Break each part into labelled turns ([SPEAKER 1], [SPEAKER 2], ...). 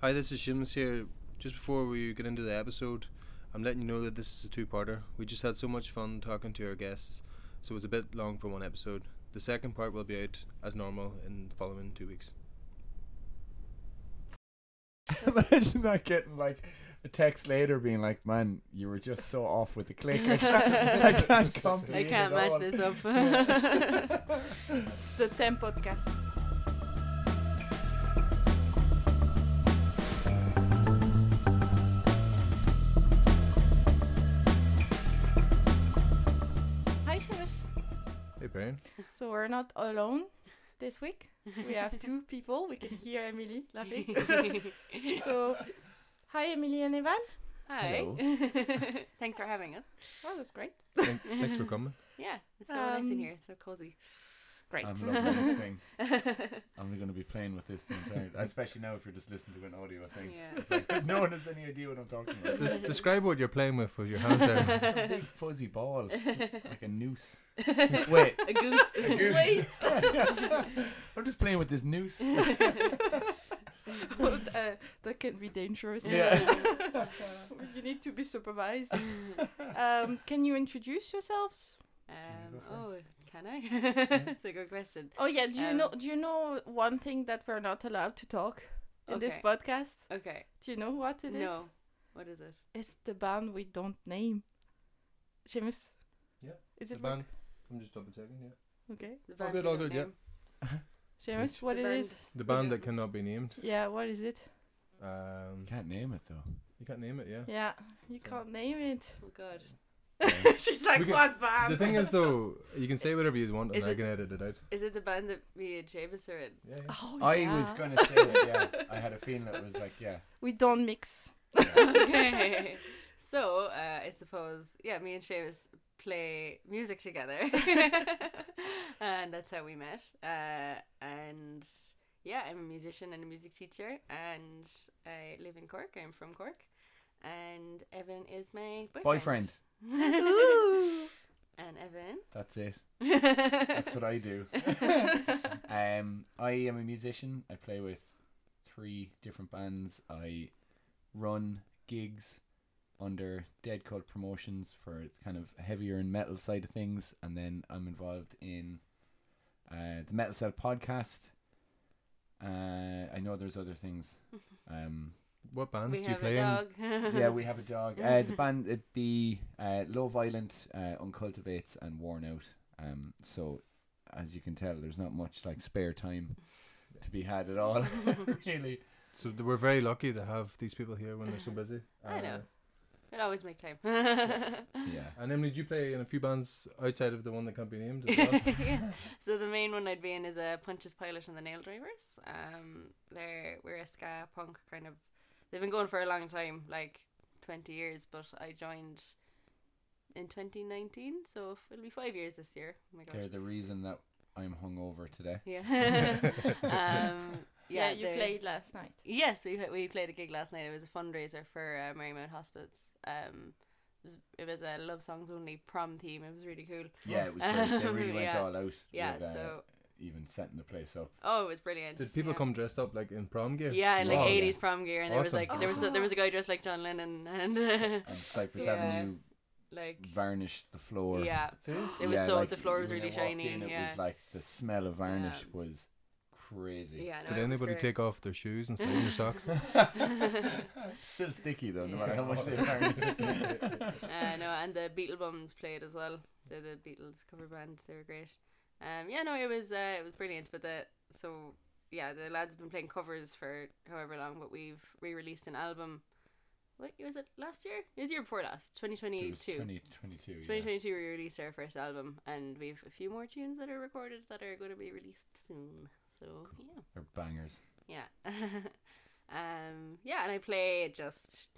[SPEAKER 1] Hi, this is Shims here. Just before we get into the episode, I'm letting you know that this is a two parter. We just had so much fun talking to our guests, so it was a bit long for one episode. The second part will be out as normal in the following two weeks.
[SPEAKER 2] Imagine that getting like a text later being like, "Man, you were just so off with the click. I can't, I can't
[SPEAKER 3] I
[SPEAKER 2] comprehend
[SPEAKER 3] can't
[SPEAKER 2] it
[SPEAKER 3] match
[SPEAKER 2] all."
[SPEAKER 3] this up. it's the 10 podcast. Hi, Seamus.
[SPEAKER 1] Hey, Brian.
[SPEAKER 3] So we're not alone this week. We have two people. We can hear Emily laughing. so, hi, Emily and Evan.
[SPEAKER 4] Hi.
[SPEAKER 2] Hello.
[SPEAKER 4] Thanks for having us.
[SPEAKER 3] Oh, that's great.
[SPEAKER 1] Thank- thanks for coming.
[SPEAKER 4] Yeah, it's so nice
[SPEAKER 3] Um,
[SPEAKER 4] in here. It's so cozy. Great.
[SPEAKER 2] I'm loving this thing. I'm going to be playing with this the entire especially now if you're just listening to an audio thing. It's
[SPEAKER 4] yeah.
[SPEAKER 2] like, no one has any idea what I'm talking about.
[SPEAKER 1] D- describe what you're playing with with your hands there.
[SPEAKER 2] a big fuzzy ball, like a noose. Wait,
[SPEAKER 4] A goose.
[SPEAKER 2] a goose. I'm just playing with this noose.
[SPEAKER 3] Well, th- uh, that can be dangerous.
[SPEAKER 2] Yeah.
[SPEAKER 3] you need to be supervised. Um, can you introduce yourselves?
[SPEAKER 2] you
[SPEAKER 4] Um,
[SPEAKER 2] go
[SPEAKER 4] oh, can I? That's a good question.
[SPEAKER 3] Oh yeah, do you
[SPEAKER 4] Um,
[SPEAKER 3] know do you know one thing that we're not allowed to talk in this
[SPEAKER 4] Okay.
[SPEAKER 3] podcast?
[SPEAKER 4] Okay.
[SPEAKER 3] Do you know what it is?
[SPEAKER 4] no. What is it?
[SPEAKER 3] It's the band we don't name. Seamus.
[SPEAKER 1] Yeah,
[SPEAKER 3] Is
[SPEAKER 1] The
[SPEAKER 3] it one?
[SPEAKER 1] band. I'm just double checking, yeah.
[SPEAKER 3] okay?
[SPEAKER 4] The
[SPEAKER 1] All good,
[SPEAKER 4] we
[SPEAKER 1] all
[SPEAKER 4] don't
[SPEAKER 1] good, yeah.
[SPEAKER 4] name.
[SPEAKER 3] Seamus, what
[SPEAKER 4] The
[SPEAKER 3] it
[SPEAKER 4] band-
[SPEAKER 3] is?
[SPEAKER 1] The band
[SPEAKER 4] Okay.
[SPEAKER 1] that cannot be named.
[SPEAKER 3] Yeah, what is it?
[SPEAKER 1] Um,
[SPEAKER 2] Can't name it though.
[SPEAKER 1] you can't name it, yeah.
[SPEAKER 3] Yeah, you
[SPEAKER 1] So-
[SPEAKER 3] can't name it.
[SPEAKER 4] Oh God.
[SPEAKER 3] She's like,
[SPEAKER 1] We can-
[SPEAKER 3] what band?
[SPEAKER 1] The thing is, though, you can say whatever you want, and
[SPEAKER 4] Is
[SPEAKER 1] I
[SPEAKER 4] it-
[SPEAKER 1] can edit it out.
[SPEAKER 4] Is it the band that me and Seamus are in?
[SPEAKER 1] Yeah, yeah.
[SPEAKER 3] oh,
[SPEAKER 2] I
[SPEAKER 3] yeah.
[SPEAKER 2] was going to say that, yeah. I had a feeling that was like, yeah.
[SPEAKER 3] we don't mix.
[SPEAKER 4] okay. So uh, I suppose yeah, me and Seamus play music together, and that's how we met. Uh, and yeah, I'm a musician and a music teacher, and I live in Cork. I'm from Cork, and Evan is my boyfriend.
[SPEAKER 2] Boyfriend.
[SPEAKER 4] and Evan.
[SPEAKER 2] That's it. That's what I do. um, I am a musician. I play with three different bands. I run gigs under Dead Cult Promotions for its kind of heavier and metal side of things, and then I'm involved in uh, the Metal Cell podcast. Uh, I know there's other things. Um,
[SPEAKER 1] What bands
[SPEAKER 4] we
[SPEAKER 1] do you
[SPEAKER 4] have
[SPEAKER 1] play
[SPEAKER 4] a
[SPEAKER 1] in?
[SPEAKER 4] dog.
[SPEAKER 2] yeah, we have a dog. Uh, the band it'd be uh, Low Violent, uh, Uncultivates, and Worn Out. Um, so, as you can tell, there's not much like spare time to be had at all. really,
[SPEAKER 1] So th- we're very lucky to have these people here when they're so busy. Uh,
[SPEAKER 4] I know. We'll always make time.
[SPEAKER 2] yeah.
[SPEAKER 1] And Emily, do you play in a few bands outside of the one that can't be named as well?
[SPEAKER 4] yes. So the main one I'd be in is a Punches Pilot and the Nail Drivers. Um, they're we're a ska punk kind of. They've been going for a long time, like twenty years. But I joined in twenty nineteen, so f- it'll be five years this year. Oh my
[SPEAKER 2] They're
[SPEAKER 4] god.
[SPEAKER 2] the reason that I'm hungover today.
[SPEAKER 4] Yeah. um, yeah.
[SPEAKER 3] Yeah, you
[SPEAKER 4] they're-
[SPEAKER 3] played last night.
[SPEAKER 4] Yes, we we played a gig last night. It was a fundraiser for uh, Marymount Hospice. Um, it was, it was a love songs only prom theme. It was really cool.
[SPEAKER 2] Yeah, it was great. They really went
[SPEAKER 4] Yeah.
[SPEAKER 2] all out.
[SPEAKER 4] Yeah.
[SPEAKER 2] with, uh,
[SPEAKER 4] so
[SPEAKER 2] even setting the place up.
[SPEAKER 4] oh, it was brilliant.
[SPEAKER 1] Did people
[SPEAKER 4] yeah.
[SPEAKER 1] come dressed up like in prom gear?
[SPEAKER 4] Yeah, and like
[SPEAKER 2] Wow.
[SPEAKER 4] eighties prom gear, and there was
[SPEAKER 1] Awesome.
[SPEAKER 4] like there was a, there was a guy dressed like John Lennon, and uh,
[SPEAKER 2] And Cypress
[SPEAKER 4] Yeah.
[SPEAKER 2] Avenue
[SPEAKER 4] like
[SPEAKER 2] varnished the floor.
[SPEAKER 4] yeah, it was
[SPEAKER 2] Yeah,
[SPEAKER 4] so
[SPEAKER 2] like,
[SPEAKER 4] the floor was
[SPEAKER 2] when I
[SPEAKER 4] really
[SPEAKER 2] walked
[SPEAKER 4] shiny.
[SPEAKER 2] In, it
[SPEAKER 4] yeah,
[SPEAKER 2] was like the smell of varnish
[SPEAKER 4] Yeah.
[SPEAKER 2] was crazy.
[SPEAKER 4] yeah. No,
[SPEAKER 1] Did
[SPEAKER 4] it was
[SPEAKER 1] anybody
[SPEAKER 4] great.
[SPEAKER 1] take off their shoes and slide in their socks?
[SPEAKER 2] Still sticky though, no
[SPEAKER 4] Yeah.
[SPEAKER 2] matter how much they varnish.
[SPEAKER 4] Uh, no, and the Beetlebums played as well. They're the Beatles cover band. They were great. Um, yeah, no, it was uh, it was brilliant. But the so yeah, the lads have been playing covers for however long, but we've re-released an album. What year was it? Last year? It was the year before last, twenty twenty two.
[SPEAKER 2] 2022.
[SPEAKER 4] 2022 we released our first album and we've a few more tunes that are recorded that are going to be released soon so
[SPEAKER 2] They're bangers.
[SPEAKER 4] yeah yeah um yeah and i play just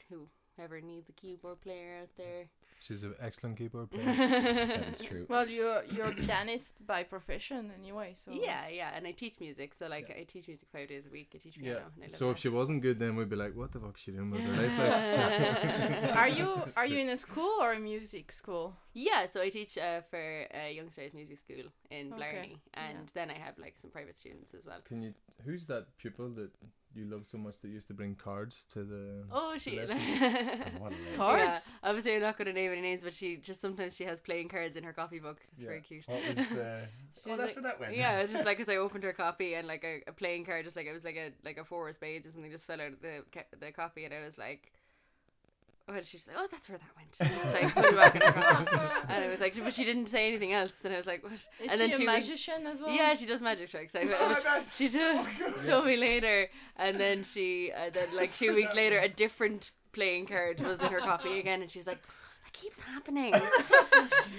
[SPEAKER 4] whoever needs a keyboard player out there
[SPEAKER 1] She's an excellent keyboard player.
[SPEAKER 2] That
[SPEAKER 4] yeah
[SPEAKER 2] is true.
[SPEAKER 3] Well, you're you're a pianist by profession anyway, so
[SPEAKER 4] yeah and i teach music so like i teach music five days a week i teach piano and I love
[SPEAKER 1] So if
[SPEAKER 4] that.
[SPEAKER 1] she wasn't good, then we'd be like, what the fuck is she doing with her life? Like,
[SPEAKER 3] Are you are you in a school or a music school?
[SPEAKER 4] yeah so i teach uh, for uh, young stars music school in
[SPEAKER 3] Okay,
[SPEAKER 4] blarney and
[SPEAKER 3] yeah.
[SPEAKER 1] Mm.
[SPEAKER 4] then i have like some private students as well
[SPEAKER 1] Can you? Who's that pupil that you love so much that you used to bring cards to the.
[SPEAKER 4] Oh, she.
[SPEAKER 2] Oh, what a legend.
[SPEAKER 3] Cards?
[SPEAKER 4] Yeah. Obviously, I'm not going to name any names, but she just sometimes she has playing cards in her copy book. It's
[SPEAKER 1] Yeah. Oh.
[SPEAKER 4] very cute.
[SPEAKER 2] What was the? oh,
[SPEAKER 4] She
[SPEAKER 2] that's
[SPEAKER 4] was like-
[SPEAKER 2] where that went.
[SPEAKER 4] yeah, it's just like as I opened her copy and like a, a playing card, just like it was like a like a four of spades or something, just fell out of the ca- the copy, and I was like, oh, and she was like, oh, that's where that went. Just like put it back in her copy, and I was like, but she didn't say anything else, and I was like, what?
[SPEAKER 3] Is
[SPEAKER 4] and
[SPEAKER 3] she
[SPEAKER 4] then two
[SPEAKER 3] a
[SPEAKER 4] weeks-
[SPEAKER 3] magician as well?
[SPEAKER 4] Yeah, she does magic tricks. I, I
[SPEAKER 2] Oh,
[SPEAKER 4] was-
[SPEAKER 2] that's
[SPEAKER 4] she
[SPEAKER 2] so
[SPEAKER 4] did
[SPEAKER 2] good.
[SPEAKER 4] show me later, and then she, uh, then like two weeks later, a different playing card was in her copy again, and she's like, that keeps happening.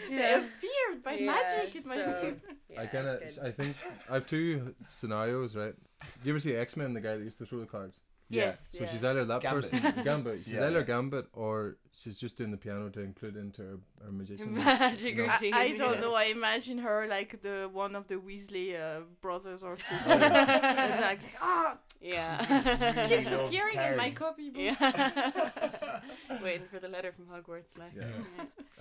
[SPEAKER 3] They appeared by
[SPEAKER 4] Yeah,
[SPEAKER 3] magic in my
[SPEAKER 4] so- Yeah,
[SPEAKER 1] I
[SPEAKER 4] it's
[SPEAKER 1] kind of,
[SPEAKER 4] good.
[SPEAKER 1] I think, I have two scenarios, right? Do you ever see X Men, the guy that used to throw the cards?
[SPEAKER 4] Yes.
[SPEAKER 1] So
[SPEAKER 4] yeah.
[SPEAKER 1] she's either that
[SPEAKER 2] Gambit.
[SPEAKER 1] person, Gambit. She's
[SPEAKER 2] Yeah,
[SPEAKER 1] either
[SPEAKER 2] yeah.
[SPEAKER 1] Gambit or she's just doing the piano to include into her, her magician.
[SPEAKER 4] magic
[SPEAKER 1] No.
[SPEAKER 3] I,
[SPEAKER 4] routine.
[SPEAKER 3] I don't
[SPEAKER 1] Yeah.
[SPEAKER 3] know. I imagine her like the one of the Weasley uh, brothers or sisters. And
[SPEAKER 4] Oh, yeah.
[SPEAKER 3] like, ah,
[SPEAKER 4] yeah.
[SPEAKER 2] She
[SPEAKER 3] keeps
[SPEAKER 2] loves
[SPEAKER 3] appearing in my
[SPEAKER 2] cards.
[SPEAKER 3] copybook.
[SPEAKER 4] Waiting for the letter from Hogwarts, like.
[SPEAKER 1] Yeah.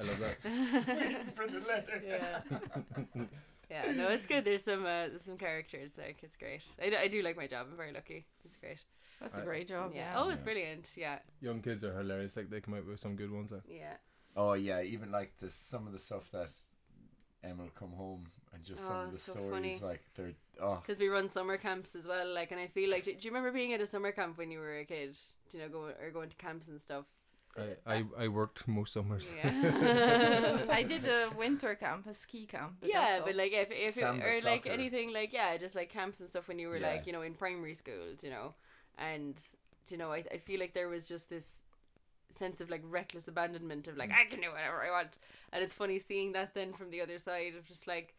[SPEAKER 1] I love that.
[SPEAKER 2] For the letter.
[SPEAKER 4] yeah. Yeah, no, it's good. There's some uh, there's some characters like it's great. I, d- I do like my job. I'm very lucky. It's great.
[SPEAKER 3] That's a
[SPEAKER 1] I-
[SPEAKER 3] great job.
[SPEAKER 4] yeah. Oh, it's
[SPEAKER 1] Yeah.
[SPEAKER 4] brilliant. Yeah.
[SPEAKER 1] Young kids are hilarious. Like they come out with some good ones. Like,
[SPEAKER 4] Yeah.
[SPEAKER 2] Oh yeah, even like the some of the stuff that Emma will come home and just some
[SPEAKER 4] Oh,
[SPEAKER 2] of the
[SPEAKER 4] it's so
[SPEAKER 2] stories
[SPEAKER 4] funny.
[SPEAKER 2] like they're oh
[SPEAKER 4] Because we run summer camps as well. Like, and I feel like do, do you remember being at a summer camp when you were a kid? Do you know, go or going to camps and stuff.
[SPEAKER 1] I, I, I worked most summers.
[SPEAKER 4] Yeah.
[SPEAKER 3] I did a winter camp, a ski camp. But
[SPEAKER 4] yeah,
[SPEAKER 3] that's all.
[SPEAKER 4] but like if if it,
[SPEAKER 2] Samba
[SPEAKER 4] or like
[SPEAKER 2] soccer.
[SPEAKER 4] anything like yeah, just like camps and stuff when you were
[SPEAKER 2] Yeah.
[SPEAKER 4] like you know in primary school, you know, and you know I I feel like there was just this sense of like reckless abandonment of like
[SPEAKER 2] Mm.
[SPEAKER 4] I can do whatever I want, and it's funny seeing that then from the other side of just like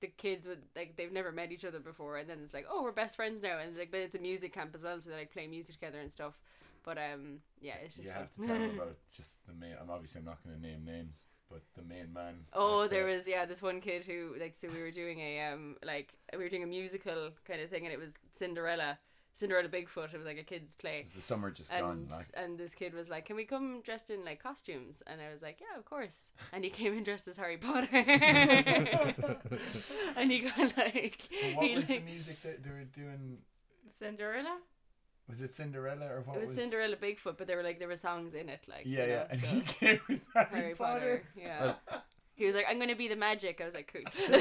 [SPEAKER 4] the kids would like they've never met each other before, and then it's like oh we're best friends now, and like but it's a music camp as well, so they like play music together and stuff. But um yeah, it's just
[SPEAKER 2] you
[SPEAKER 4] fun.
[SPEAKER 2] have to tell them about just the main I'm obviously I'm not gonna name names, but the main man.
[SPEAKER 4] Oh,
[SPEAKER 2] at the-
[SPEAKER 4] there was yeah, this one kid who like so we were doing a um like we were doing a musical kind of thing and it was Cinderella, Cinderella Bigfoot. It was like a kids
[SPEAKER 2] it
[SPEAKER 4] play.
[SPEAKER 2] was the summer just gone
[SPEAKER 4] And
[SPEAKER 2] like
[SPEAKER 4] and this kid was like, "Can we come dressed in like costumes?" And I was like, "Yeah, of course." And he came in dressed as Harry Potter. and he got like
[SPEAKER 2] But what
[SPEAKER 4] he
[SPEAKER 2] was the
[SPEAKER 4] like,
[SPEAKER 2] music that they were doing
[SPEAKER 3] Cinderella.
[SPEAKER 2] was it Cinderella or what
[SPEAKER 4] it was, Cinderella Bigfoot, but there were like there were songs in it like
[SPEAKER 2] Yeah,
[SPEAKER 4] you know,
[SPEAKER 2] yeah. And
[SPEAKER 4] so-
[SPEAKER 2] he came with Harry,
[SPEAKER 4] Harry Potter.
[SPEAKER 2] Potter. Uh,
[SPEAKER 4] Yeah. He was like, I'm gonna be the magic. I was like, cool.
[SPEAKER 3] The,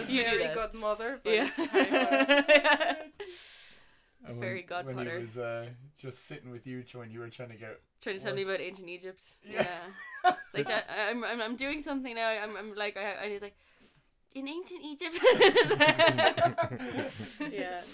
[SPEAKER 3] the
[SPEAKER 4] You do
[SPEAKER 3] fairy
[SPEAKER 4] that.
[SPEAKER 3] godmother. But
[SPEAKER 4] Yeah.
[SPEAKER 3] it's Harry
[SPEAKER 2] And
[SPEAKER 4] Fairy
[SPEAKER 2] when, when
[SPEAKER 4] Godfather.
[SPEAKER 2] he was uh, just sitting with you when you were trying to get
[SPEAKER 4] Trying to tell me about ancient Egypt.
[SPEAKER 2] Yeah.
[SPEAKER 4] Yeah. It's like, "Ja- I'm, I'm, I'm doing something now. I'm, I'm like, I, and he's like, in ancient Egypt. yeah.
[SPEAKER 1] Did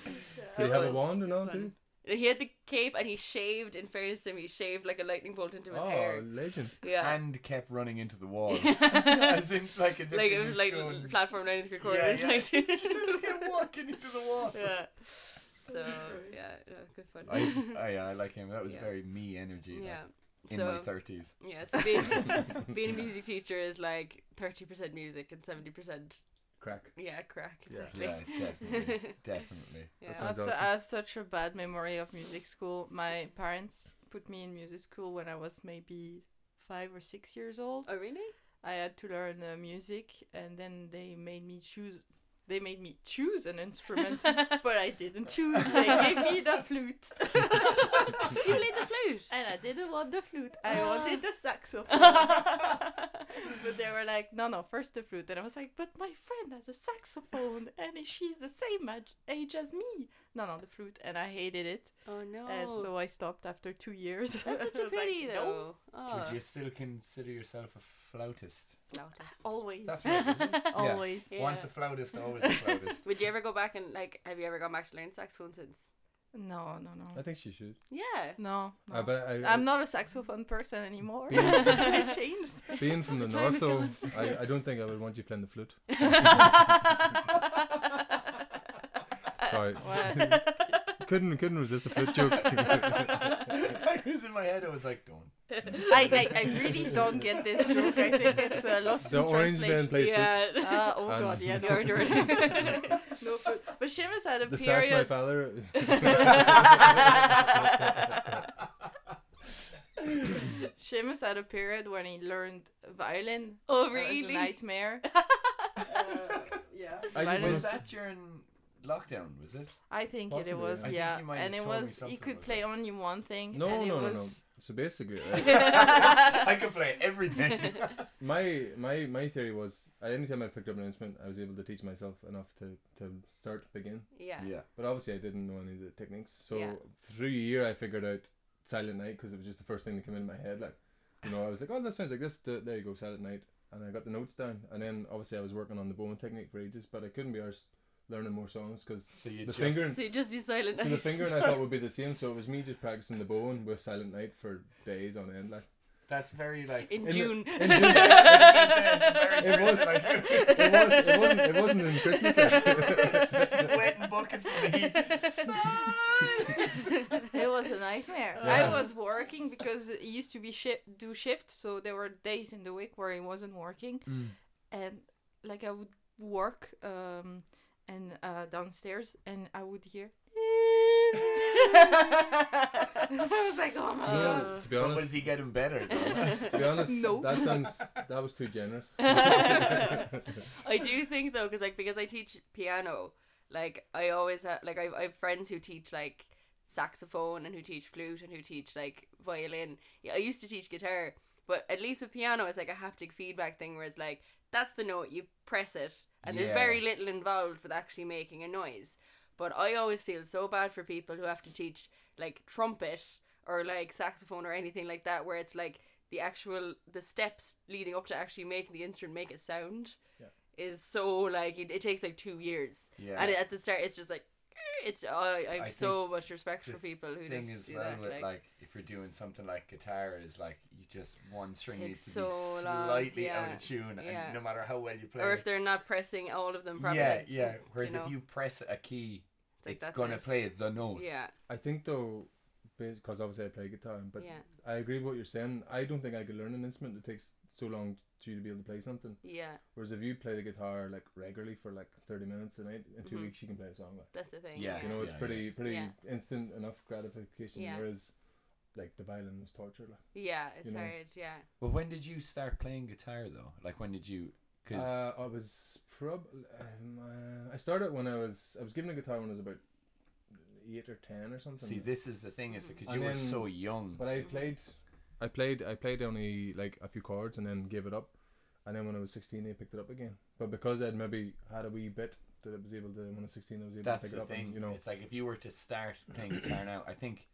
[SPEAKER 1] he have a
[SPEAKER 4] Fun.
[SPEAKER 1] wand and all too?
[SPEAKER 4] Fun. He had the cape and he shaved, in fairness to him, he shaved like a lightning bolt into his
[SPEAKER 1] Oh,
[SPEAKER 4] hair.
[SPEAKER 1] legend.
[SPEAKER 4] Yeah.
[SPEAKER 2] and kept running into the wall. as in, like, as if
[SPEAKER 4] like,
[SPEAKER 2] he
[SPEAKER 4] it was like
[SPEAKER 2] going,
[SPEAKER 4] platform nine and three
[SPEAKER 2] Yeah,
[SPEAKER 4] quarters.
[SPEAKER 2] yeah.
[SPEAKER 4] Like,
[SPEAKER 2] just kept walking into the wall.
[SPEAKER 4] yeah. So, yeah, no, good fun.
[SPEAKER 2] I, I, I like him. That was
[SPEAKER 4] Yeah.
[SPEAKER 2] very me energy.
[SPEAKER 4] yeah.
[SPEAKER 2] Like, in
[SPEAKER 4] so,
[SPEAKER 2] my thirties.
[SPEAKER 4] Yeah, so being, being a music teacher is like 30% music and 70%
[SPEAKER 1] Crack.
[SPEAKER 4] yeah, crack.
[SPEAKER 1] Yeah.
[SPEAKER 4] Exactly.
[SPEAKER 2] Yeah, definitely, definitely.
[SPEAKER 4] Yeah.
[SPEAKER 1] That's
[SPEAKER 3] I
[SPEAKER 1] Sounds
[SPEAKER 3] have, su-
[SPEAKER 1] awesome.
[SPEAKER 3] I have such a bad memory of music school. My parents put me in music school when I was maybe five or six years old.
[SPEAKER 4] Oh, really?
[SPEAKER 3] I had to learn uh, music, and then they made me choose. They made me choose an instrument, but I didn't choose. They gave me the flute,
[SPEAKER 4] You played the flute.
[SPEAKER 3] and I didn't want the flute. I wanted the saxophone. but they were like, "No, no, first the flute." And I was like, "But my friend has a saxophone, and she's the same ag- age as me." No, no, the flute, and I hated it,
[SPEAKER 4] oh no.
[SPEAKER 3] and Uh, so I stopped after two years.
[SPEAKER 4] That's such
[SPEAKER 3] I
[SPEAKER 4] a
[SPEAKER 3] was like,
[SPEAKER 4] pity
[SPEAKER 3] "No,
[SPEAKER 4] though. Oh.
[SPEAKER 2] Would you still consider yourself a flautist?
[SPEAKER 4] Flautist.
[SPEAKER 3] Always,
[SPEAKER 2] That's right. isn't it? Yeah.
[SPEAKER 3] always.
[SPEAKER 4] Yeah.
[SPEAKER 2] Once a flautist, always a flautist.
[SPEAKER 4] Would you ever go back and like? Have you ever gone back to learn saxophone since?
[SPEAKER 3] No, no, no.
[SPEAKER 1] I think she should.
[SPEAKER 4] Yeah.
[SPEAKER 3] No, no.
[SPEAKER 1] Uh, but I,
[SPEAKER 3] I'm not a saxophone person anymore. I changed.
[SPEAKER 1] being from the
[SPEAKER 4] Time
[SPEAKER 1] north
[SPEAKER 4] is
[SPEAKER 1] though, I, I don't think I would want you playing the flute. Sorry,
[SPEAKER 3] What?
[SPEAKER 1] couldn't couldn't resist the flute joke.
[SPEAKER 2] I was in my head. I was like, don't.
[SPEAKER 3] I, I, I really don't get this joke. I think it's uh, lost
[SPEAKER 1] the
[SPEAKER 3] in
[SPEAKER 1] orange
[SPEAKER 3] translation.
[SPEAKER 1] man played flute.
[SPEAKER 4] yeah.
[SPEAKER 3] Uh, oh
[SPEAKER 1] Um,
[SPEAKER 3] god, yeah,
[SPEAKER 4] The
[SPEAKER 3] no,
[SPEAKER 4] orange man.
[SPEAKER 3] no food. But Seamus had a
[SPEAKER 1] The sash my
[SPEAKER 3] period.
[SPEAKER 1] father.
[SPEAKER 3] Seamus had a period when he learned violin.
[SPEAKER 4] oh
[SPEAKER 3] It was a
[SPEAKER 4] really?
[SPEAKER 3] nightmare. uh, yeah.
[SPEAKER 1] I
[SPEAKER 3] violin
[SPEAKER 1] was-
[SPEAKER 2] was
[SPEAKER 3] sax-
[SPEAKER 2] that during lockdown, was it?
[SPEAKER 3] I think it,
[SPEAKER 1] Possibly,
[SPEAKER 3] it was,
[SPEAKER 1] I
[SPEAKER 2] think
[SPEAKER 3] yeah.
[SPEAKER 2] you might have
[SPEAKER 3] and it
[SPEAKER 2] told me
[SPEAKER 3] was, you
[SPEAKER 2] something
[SPEAKER 3] could
[SPEAKER 2] about
[SPEAKER 3] play only one thing.
[SPEAKER 1] No,
[SPEAKER 3] and it
[SPEAKER 1] no, no, no.
[SPEAKER 3] was,
[SPEAKER 1] So basically, right?
[SPEAKER 2] I could play everything.
[SPEAKER 1] my my my theory was at any time I picked up an instrument, I was able to teach myself enough to to start begin.
[SPEAKER 4] yeah.
[SPEAKER 2] yeah.
[SPEAKER 1] But obviously, I didn't know any of the techniques. So
[SPEAKER 4] Yeah.
[SPEAKER 1] through a year, I figured out Silent Night because it was just the first thing that came in my head. Like, you know, I was like, oh, that sounds like this. th- There you go, Silent Night. And I got the notes down. And then obviously, I was working on the bowing technique for ages, but I couldn't be arsed learning more songs because
[SPEAKER 2] So
[SPEAKER 1] the
[SPEAKER 2] you just
[SPEAKER 1] finger.
[SPEAKER 4] So you just do silent.
[SPEAKER 1] So the
[SPEAKER 4] night.
[SPEAKER 1] finger and I thought would be the same, so it was me just practicing the bowing with Silent Night for days on end. Like
[SPEAKER 2] That's very like.
[SPEAKER 4] in
[SPEAKER 1] the-
[SPEAKER 4] June.
[SPEAKER 1] in June.
[SPEAKER 2] it
[SPEAKER 1] It was- it was, it wasn't, it wasn't in Christmas.
[SPEAKER 2] sweating buckets for me.
[SPEAKER 3] It was a nightmare.
[SPEAKER 1] Yeah.
[SPEAKER 3] I was working because it used to be shi do shift, so there were days in the week where I wasn't working,
[SPEAKER 1] Mm.
[SPEAKER 3] and like I would work um and uh downstairs, and I would hear. I was like, oh my
[SPEAKER 1] You know,
[SPEAKER 4] Uh,
[SPEAKER 1] to
[SPEAKER 3] god.
[SPEAKER 1] be
[SPEAKER 2] But
[SPEAKER 1] honest,
[SPEAKER 2] was he getting better? Though?
[SPEAKER 1] to be honest,
[SPEAKER 3] No.
[SPEAKER 1] that sounds that was too generous.
[SPEAKER 4] I do think though, because like because I teach piano, like I always have like I I have friends who teach like saxophone and who teach flute and who teach like violin. Yeah, I used to teach guitar, but at least with piano, it's like a haptic feedback thing where it's like that's the note you press it, and
[SPEAKER 2] Yeah.
[SPEAKER 4] there's very little involved with actually making a noise. But I always feel so bad for people who have to teach like trumpet or like saxophone or anything like that, where it's like the actual the steps leading up to actually making the instrument make a sound
[SPEAKER 1] Yeah.
[SPEAKER 4] is so like it, it takes like two years,
[SPEAKER 2] Yeah.
[SPEAKER 4] and at the start it's just like it's I I have
[SPEAKER 2] I
[SPEAKER 4] so much respect
[SPEAKER 2] The
[SPEAKER 4] for people who
[SPEAKER 2] thing
[SPEAKER 4] just
[SPEAKER 2] as
[SPEAKER 4] do
[SPEAKER 2] well
[SPEAKER 4] that.
[SPEAKER 2] with
[SPEAKER 4] like,
[SPEAKER 2] if you're doing something like guitar is like you just one string
[SPEAKER 4] Takes
[SPEAKER 2] needs to be
[SPEAKER 4] so long,
[SPEAKER 2] slightly out
[SPEAKER 4] yeah,
[SPEAKER 2] of tune,
[SPEAKER 4] yeah.
[SPEAKER 2] and no matter how well you play,
[SPEAKER 4] or
[SPEAKER 2] it,
[SPEAKER 4] if they're not pressing all of them properly.
[SPEAKER 2] yeah, yeah. Whereas
[SPEAKER 4] know?
[SPEAKER 2] if you press a key,
[SPEAKER 4] It's like,
[SPEAKER 2] it's,
[SPEAKER 4] that's
[SPEAKER 2] gonna
[SPEAKER 4] it.
[SPEAKER 2] play the note.
[SPEAKER 4] Yeah,
[SPEAKER 1] I think though, because obviously I play guitar, but
[SPEAKER 4] Yeah.
[SPEAKER 1] I agree with what you're saying. I don't think I could learn an instrument that takes so long to you to be able to play something.
[SPEAKER 4] yeah,
[SPEAKER 1] Whereas if you play the guitar like regularly for like thirty minutes a night, in 2
[SPEAKER 4] Mhm.
[SPEAKER 1] weeks you can play a song. Like.
[SPEAKER 4] that's the thing.
[SPEAKER 2] Yeah.
[SPEAKER 1] You know, it's
[SPEAKER 2] yeah.
[SPEAKER 1] pretty pretty
[SPEAKER 4] Yeah.
[SPEAKER 1] instant enough gratification.
[SPEAKER 4] Yeah.
[SPEAKER 1] Whereas, like the violin was torture. Like.
[SPEAKER 4] Yeah, it's
[SPEAKER 1] You know?
[SPEAKER 4] hard. Yeah,
[SPEAKER 2] Well, when did you start playing guitar though? Like when did you? Because
[SPEAKER 1] Uh, I was prob. Um, uh, I started when I was I was given a guitar when I was about eight or ten or something.
[SPEAKER 2] see, this is the thing is because
[SPEAKER 1] And
[SPEAKER 2] you were
[SPEAKER 1] then-
[SPEAKER 2] so young.
[SPEAKER 1] but I played, I played, I played only like a few chords and then gave it up, and then when I was sixteen, I picked it up again. But because I'd maybe had a wee bit that I was able to when I was sixteen, I was able
[SPEAKER 2] That's
[SPEAKER 1] to pick
[SPEAKER 2] the
[SPEAKER 1] it up.
[SPEAKER 2] thing.
[SPEAKER 1] And, you know,
[SPEAKER 2] It's like if you were to start playing guitar now, I think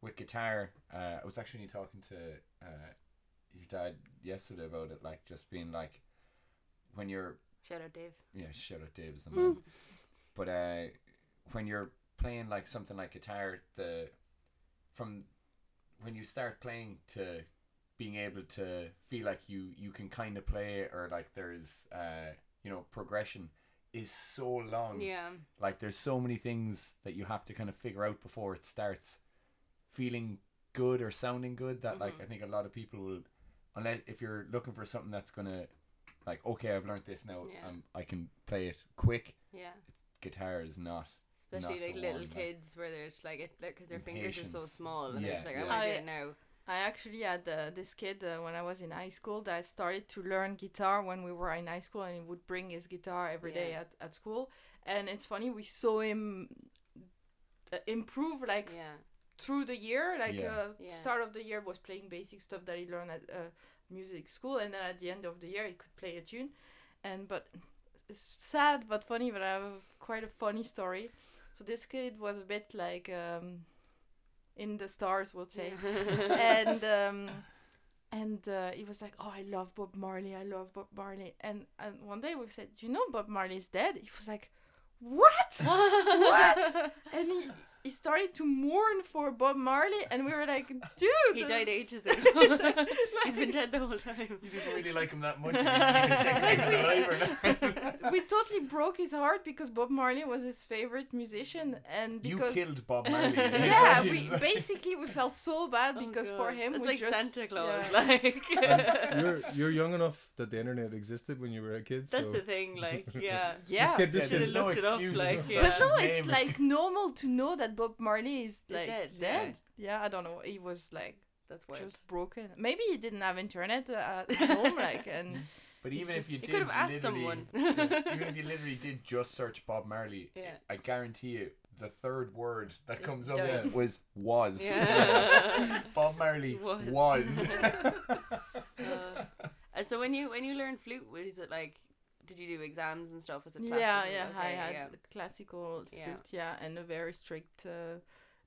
[SPEAKER 2] with guitar, uh, I was actually talking to uh, your dad yesterday about it, like just being like, when you're
[SPEAKER 4] shout out Dave.
[SPEAKER 2] yeah, shout out Dave is the man, but uh, when you're playing like something like guitar, the from when you start playing to being able to feel like you you can kind of play or like there's uh you know progression is so long
[SPEAKER 4] Yeah,
[SPEAKER 2] like there's so many things that you have to kind of figure out before it starts feeling good or sounding good that like
[SPEAKER 4] Mm-hmm.
[SPEAKER 2] i think a lot of people will unless if you're looking for something that's gonna like okay i've learned this now
[SPEAKER 4] Yeah.
[SPEAKER 2] um, i can play it quick
[SPEAKER 4] yeah.
[SPEAKER 2] guitar is not
[SPEAKER 4] Especially
[SPEAKER 2] Not
[SPEAKER 4] like
[SPEAKER 2] the
[SPEAKER 4] little
[SPEAKER 2] one, like-
[SPEAKER 4] kids where there's like it because their fingers are so
[SPEAKER 2] Impatience.
[SPEAKER 4] small and
[SPEAKER 2] Yeah,
[SPEAKER 4] they're
[SPEAKER 2] yeah.
[SPEAKER 4] just like I want to do
[SPEAKER 3] I-
[SPEAKER 4] it now.
[SPEAKER 3] I actually had uh, this kid uh, when I was in high school that started to learn guitar when we were in high school, and he would bring his guitar every
[SPEAKER 4] Yeah.
[SPEAKER 3] day at, at school. And it's funny, we saw him uh, improve like
[SPEAKER 4] Yeah,
[SPEAKER 3] through the year. Like
[SPEAKER 2] Yeah.
[SPEAKER 3] uh,
[SPEAKER 4] Yeah.
[SPEAKER 3] start of the year was playing basic stuff that he learned at uh, music school, and then at the end of the year he could play a tune. And but it's sad but funny. But I have quite a funny story. So this kid was a bit like um, in the stars, would say and um, and uh, he was like, "Oh, I love Bob Marley. I love Bob Marley." And and one day we said, "You know, Bob Marley's dead." He was like, "What? what?" And he he started to mourn for Bob Marley, and we were like, "Dude,
[SPEAKER 4] he
[SPEAKER 3] uh,
[SPEAKER 4] died ages
[SPEAKER 3] he
[SPEAKER 4] ago.
[SPEAKER 3] died,
[SPEAKER 4] He's been
[SPEAKER 3] like-
[SPEAKER 4] dead the whole time.
[SPEAKER 2] you didn't really like him that much you didn't even check if he was alive or not.
[SPEAKER 3] we totally broke his heart because Bob Marley was his favorite musician, and
[SPEAKER 2] you
[SPEAKER 3] because
[SPEAKER 2] killed bob marley
[SPEAKER 3] yeah, we basically we felt so bad
[SPEAKER 4] Oh,
[SPEAKER 3] because
[SPEAKER 4] God.
[SPEAKER 3] for him
[SPEAKER 4] it's
[SPEAKER 3] we
[SPEAKER 4] like
[SPEAKER 3] just
[SPEAKER 4] Santa Claus.
[SPEAKER 3] yeah.
[SPEAKER 4] Like
[SPEAKER 1] you're you're young enough that the internet existed when you were a kid.
[SPEAKER 4] that's
[SPEAKER 1] so
[SPEAKER 4] the thing. Like yeah,
[SPEAKER 1] This kid, this
[SPEAKER 2] Yeah,
[SPEAKER 3] Yeah.
[SPEAKER 4] should
[SPEAKER 1] kid,
[SPEAKER 4] have
[SPEAKER 2] there's no
[SPEAKER 4] looked it up.
[SPEAKER 2] excuse.
[SPEAKER 4] Like
[SPEAKER 2] It's
[SPEAKER 4] yeah.
[SPEAKER 3] But no,
[SPEAKER 2] his
[SPEAKER 3] it's
[SPEAKER 2] name.
[SPEAKER 3] like normal to know that Bob Marley is
[SPEAKER 4] He's
[SPEAKER 3] like
[SPEAKER 4] dead,
[SPEAKER 3] dead.
[SPEAKER 4] yeah.
[SPEAKER 3] Yeah. I don't know. He was like
[SPEAKER 4] That's weird.
[SPEAKER 3] just broken. Maybe he didn't have internet uh, at home, like, and
[SPEAKER 2] But
[SPEAKER 3] You
[SPEAKER 2] even if
[SPEAKER 3] just-
[SPEAKER 2] you
[SPEAKER 4] you
[SPEAKER 2] did,
[SPEAKER 4] could have asked
[SPEAKER 2] literally-
[SPEAKER 4] someone.
[SPEAKER 2] yeah, even if you literally did just search Bob Marley,
[SPEAKER 4] Yeah.
[SPEAKER 2] I guarantee you, the third word that
[SPEAKER 4] It's
[SPEAKER 2] comes up
[SPEAKER 4] dirt.
[SPEAKER 2] was was.
[SPEAKER 4] Yeah.
[SPEAKER 2] Bob Marley
[SPEAKER 4] Was.
[SPEAKER 2] was.
[SPEAKER 4] Uh, and so when you when you learned flute, was it like did you do exams and stuff? Was it classical?
[SPEAKER 3] yeah, yeah, I
[SPEAKER 4] Okay,
[SPEAKER 3] had
[SPEAKER 4] yeah.
[SPEAKER 3] classical
[SPEAKER 4] Yeah.
[SPEAKER 3] flute, yeah, and a very strict uh,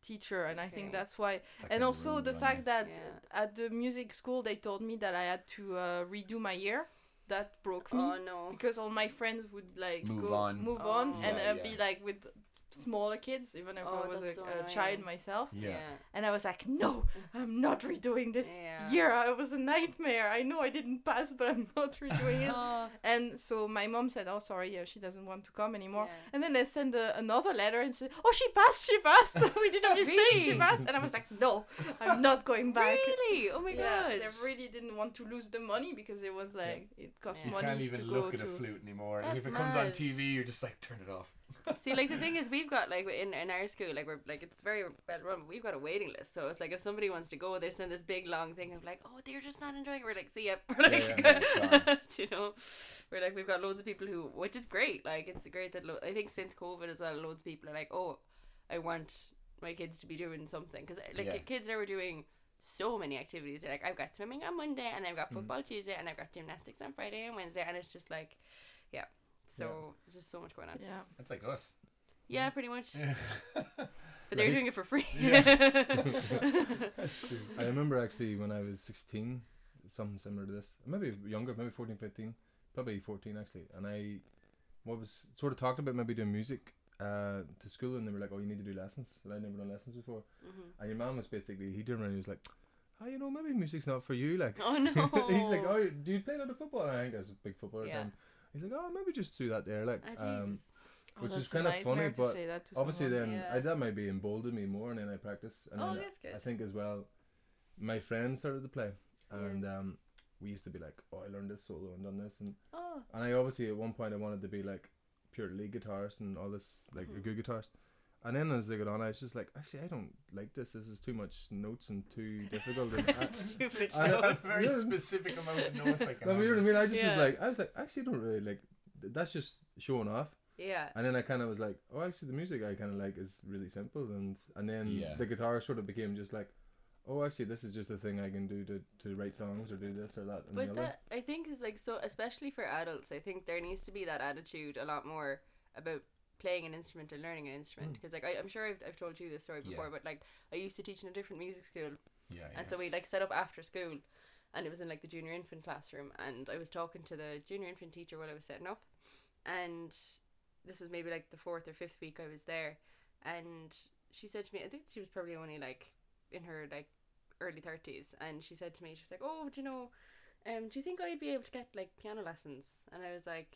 [SPEAKER 3] teacher, and I
[SPEAKER 4] Okay.
[SPEAKER 3] think that's why.
[SPEAKER 2] That
[SPEAKER 3] and
[SPEAKER 2] kinda
[SPEAKER 3] also
[SPEAKER 2] ruined
[SPEAKER 3] the
[SPEAKER 2] my
[SPEAKER 3] fact
[SPEAKER 2] night.
[SPEAKER 3] that
[SPEAKER 4] Yeah.
[SPEAKER 3] at the music school they told me that I had to uh, redo my ear, that broke me
[SPEAKER 4] Oh no.
[SPEAKER 3] because all my friends would like
[SPEAKER 2] Move
[SPEAKER 3] go,
[SPEAKER 2] on.
[SPEAKER 3] move on,
[SPEAKER 4] Oh.
[SPEAKER 3] and
[SPEAKER 2] Yeah,
[SPEAKER 3] uh, be
[SPEAKER 2] yeah.
[SPEAKER 3] like with smaller kids, even if
[SPEAKER 4] Oh,
[SPEAKER 3] I was a,
[SPEAKER 4] that's so
[SPEAKER 3] a child
[SPEAKER 4] annoying.
[SPEAKER 3] myself.
[SPEAKER 2] yeah.
[SPEAKER 3] And I was like, no, I'm not redoing this
[SPEAKER 4] Yeah.
[SPEAKER 3] year. Uh, It was a nightmare. I know I didn't pass, but I'm not redoing it.
[SPEAKER 4] Oh,
[SPEAKER 3] And so my mom said, oh, sorry, uh, she doesn't want to come anymore.
[SPEAKER 4] Yeah.
[SPEAKER 3] And then they sent a, another letter and said, oh, she passed, she passed. we did a mistake, she
[SPEAKER 4] Really?
[SPEAKER 3] passed. And I was like, no, I'm not going back.
[SPEAKER 4] really? Oh my
[SPEAKER 3] Yeah,
[SPEAKER 4] god.
[SPEAKER 3] they really didn't want to lose the money because it was like, it cost
[SPEAKER 4] Yeah.
[SPEAKER 2] You
[SPEAKER 3] money
[SPEAKER 2] can't
[SPEAKER 3] to
[SPEAKER 2] even
[SPEAKER 3] go
[SPEAKER 2] look at
[SPEAKER 3] to...
[SPEAKER 2] a flute anymore. and
[SPEAKER 4] That's
[SPEAKER 2] if it comes on
[SPEAKER 4] mad.
[SPEAKER 2] TV, you're just like, turn it off.
[SPEAKER 4] See, like the thing is, we've got like in, in our school, like we're like it's very well run. But we've got a waiting list, so it's like if somebody wants to go, they send this big long thing of like, oh, they're just not enjoying. it." We're like, see ya. We're like,
[SPEAKER 2] Yeah, no,
[SPEAKER 4] Do you know, we're like we've got loads of people who, which is great. Like it's great that lo- I think since COVID as well, loads of people are like, oh, I want my kids to be doing something because like
[SPEAKER 2] Yeah.
[SPEAKER 4] kids now are doing so many activities. They're like, I've got swimming on Monday, and I've got
[SPEAKER 1] Mm-hmm.
[SPEAKER 4] football Tuesday, and I've got gymnastics on Friday and Wednesday, and it's just like, yeah. So there's just so much going on.
[SPEAKER 3] Yeah.
[SPEAKER 2] That's like us.
[SPEAKER 4] Yeah,
[SPEAKER 1] Mm-hmm.
[SPEAKER 4] pretty much. But
[SPEAKER 1] Right.
[SPEAKER 4] they're doing it for free.
[SPEAKER 1] I remember actually when I was 16, something similar to this, maybe younger, maybe 14, 15, probably 14 actually. And I what was sort of talked about maybe doing music uh, to school, and they were like, "Oh, you need to do lessons." And I'd never done lessons before.
[SPEAKER 4] Mm-hmm.
[SPEAKER 1] And your mom was basically he turned around and he was like, "Oh, you know, maybe music's not for you." Like,
[SPEAKER 4] Oh no.
[SPEAKER 1] he's like, "Oh, do you play a lot of football?" And I think I was a big footballer.
[SPEAKER 4] Yeah.
[SPEAKER 1] Yeah. He's like, "Oh, maybe just do that there." Like,
[SPEAKER 4] Ah,
[SPEAKER 1] um,
[SPEAKER 4] Jesus.
[SPEAKER 3] Oh,
[SPEAKER 1] Which is
[SPEAKER 3] that's a
[SPEAKER 1] kinda funny,
[SPEAKER 3] nightmare to
[SPEAKER 1] but
[SPEAKER 3] say that to
[SPEAKER 1] obviously
[SPEAKER 3] someone.
[SPEAKER 1] then
[SPEAKER 4] Yeah.
[SPEAKER 1] I, that maybe emboldened me more and then I practice and
[SPEAKER 4] Oh,
[SPEAKER 1] then
[SPEAKER 4] that's good.
[SPEAKER 1] I think as well my friends started to play and um, we used to be like oh I learned this solo and done this and,
[SPEAKER 4] oh.
[SPEAKER 1] and I obviously at one point I wanted to be like pure lead guitarist and all this like
[SPEAKER 2] Hmm.
[SPEAKER 1] a good guitarist and then as I got on I was just like actually I don't like this this is too much notes and too difficult and I,
[SPEAKER 4] Stupid
[SPEAKER 1] I-
[SPEAKER 4] show.
[SPEAKER 1] I-
[SPEAKER 2] a very
[SPEAKER 1] yeah.
[SPEAKER 2] specific amount of notes I can
[SPEAKER 1] no, but you know what I mean I just was
[SPEAKER 4] Yeah.
[SPEAKER 1] like I was like actually I don't really like th- that's just showing off
[SPEAKER 4] Yeah.
[SPEAKER 1] and then I kind of was like, oh, actually, the music I kind of like is really simple, and and then
[SPEAKER 2] Yeah.
[SPEAKER 1] the guitar sort of became just like, oh, actually, this is just a thing I can do to, to write songs or do this or that and the
[SPEAKER 4] But
[SPEAKER 1] other.
[SPEAKER 4] that I think is like so especially for adults, I think there needs to be that attitude a lot more about playing an instrument and learning an instrument
[SPEAKER 1] Hmm.
[SPEAKER 4] because like I, I'm sure I've, I've told you this story
[SPEAKER 2] Yeah.
[SPEAKER 4] before but like I used to teach in a different music school
[SPEAKER 2] Yeah, yeah.
[SPEAKER 4] And so we like set up after school, and it was in like the junior infant classroom. And I was talking to the junior infant teacher while I was setting up, and this was maybe like the fourth or fifth week I was there, and she said to me, I think she was probably only like in her like early thirties, and she said to me, she was like, "Oh, do you know, um, do you think I'd be able to get like piano lessons?" And I was like.